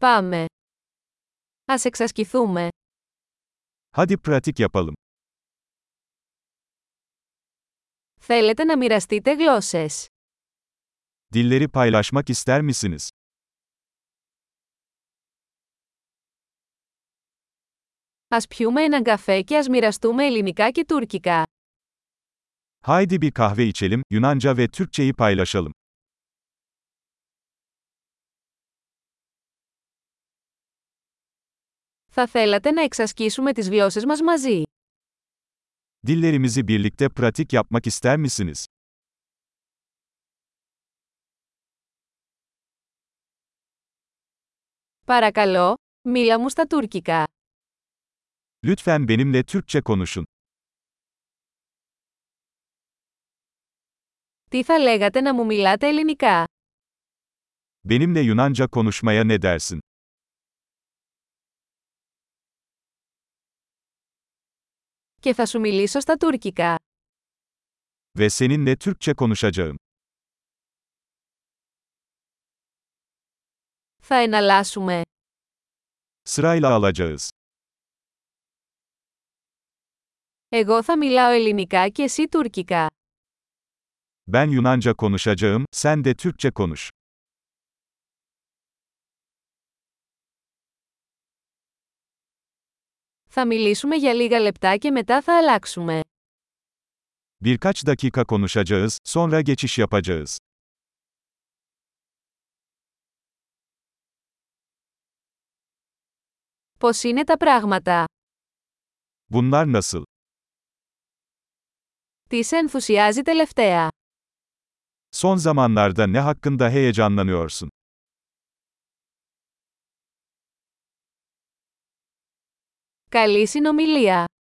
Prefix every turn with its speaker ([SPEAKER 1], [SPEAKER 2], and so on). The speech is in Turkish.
[SPEAKER 1] Πάμε. Ας εξασκηθούμε.
[SPEAKER 2] Hadi pratik yapalım.
[SPEAKER 1] Θέλετε να μοιραστείτε γλώσσες.
[SPEAKER 2] Dilleri paylaşmak ister misiniz?
[SPEAKER 1] Ας πιούμε έναν καφέ και ας μοιραστούμε ελληνικά και τουρκικά.
[SPEAKER 2] Haydi bir kahve içelim, Yunanca ve Türkçeyi paylaşalım.
[SPEAKER 1] Θα θέλατε να εξασκήσουμε τις γλώσσες μας μαζί.
[SPEAKER 2] Dillerimizi birlikte pratik yapmak ister misiniz?
[SPEAKER 1] Παρακαλώ, μίλα μου στα τουρκικά.
[SPEAKER 2] Lütfen benimle Türkçe konuşun.
[SPEAKER 1] Τι θα λέγατε να μου μιλάτε ελληνικά.
[SPEAKER 2] Benimle Yunanca konuşmaya ne dersin?
[SPEAKER 1] Και θα σου μιλήσω στα τουρκικά.
[SPEAKER 2] Ve seninle Türkçe konuşacağım.
[SPEAKER 1] Θα εναλλάσσουμε.
[SPEAKER 2] Sırayla alacağız.
[SPEAKER 1] Εγώ θα μιλάω ελληνικά και εσύ τουρκικά.
[SPEAKER 2] Ben Yunanca konuşacağım, sen de Türkçe konuş.
[SPEAKER 1] Θα μιλήσουμε για λίγα λεπτά και μετά θα αλλάξουμε.
[SPEAKER 2] Birkaç dakika konuşacağız, sonra geçiş yapacağız.
[SPEAKER 1] Πώς είναι τα πράγματα.
[SPEAKER 2] Bunlar nasıl?
[SPEAKER 1] Τι σε ενθουσιάζει τελευταία.
[SPEAKER 2] Son zamanlarda ne hakkında heyecanlanıyorsun?
[SPEAKER 1] Καλή συνομιλία.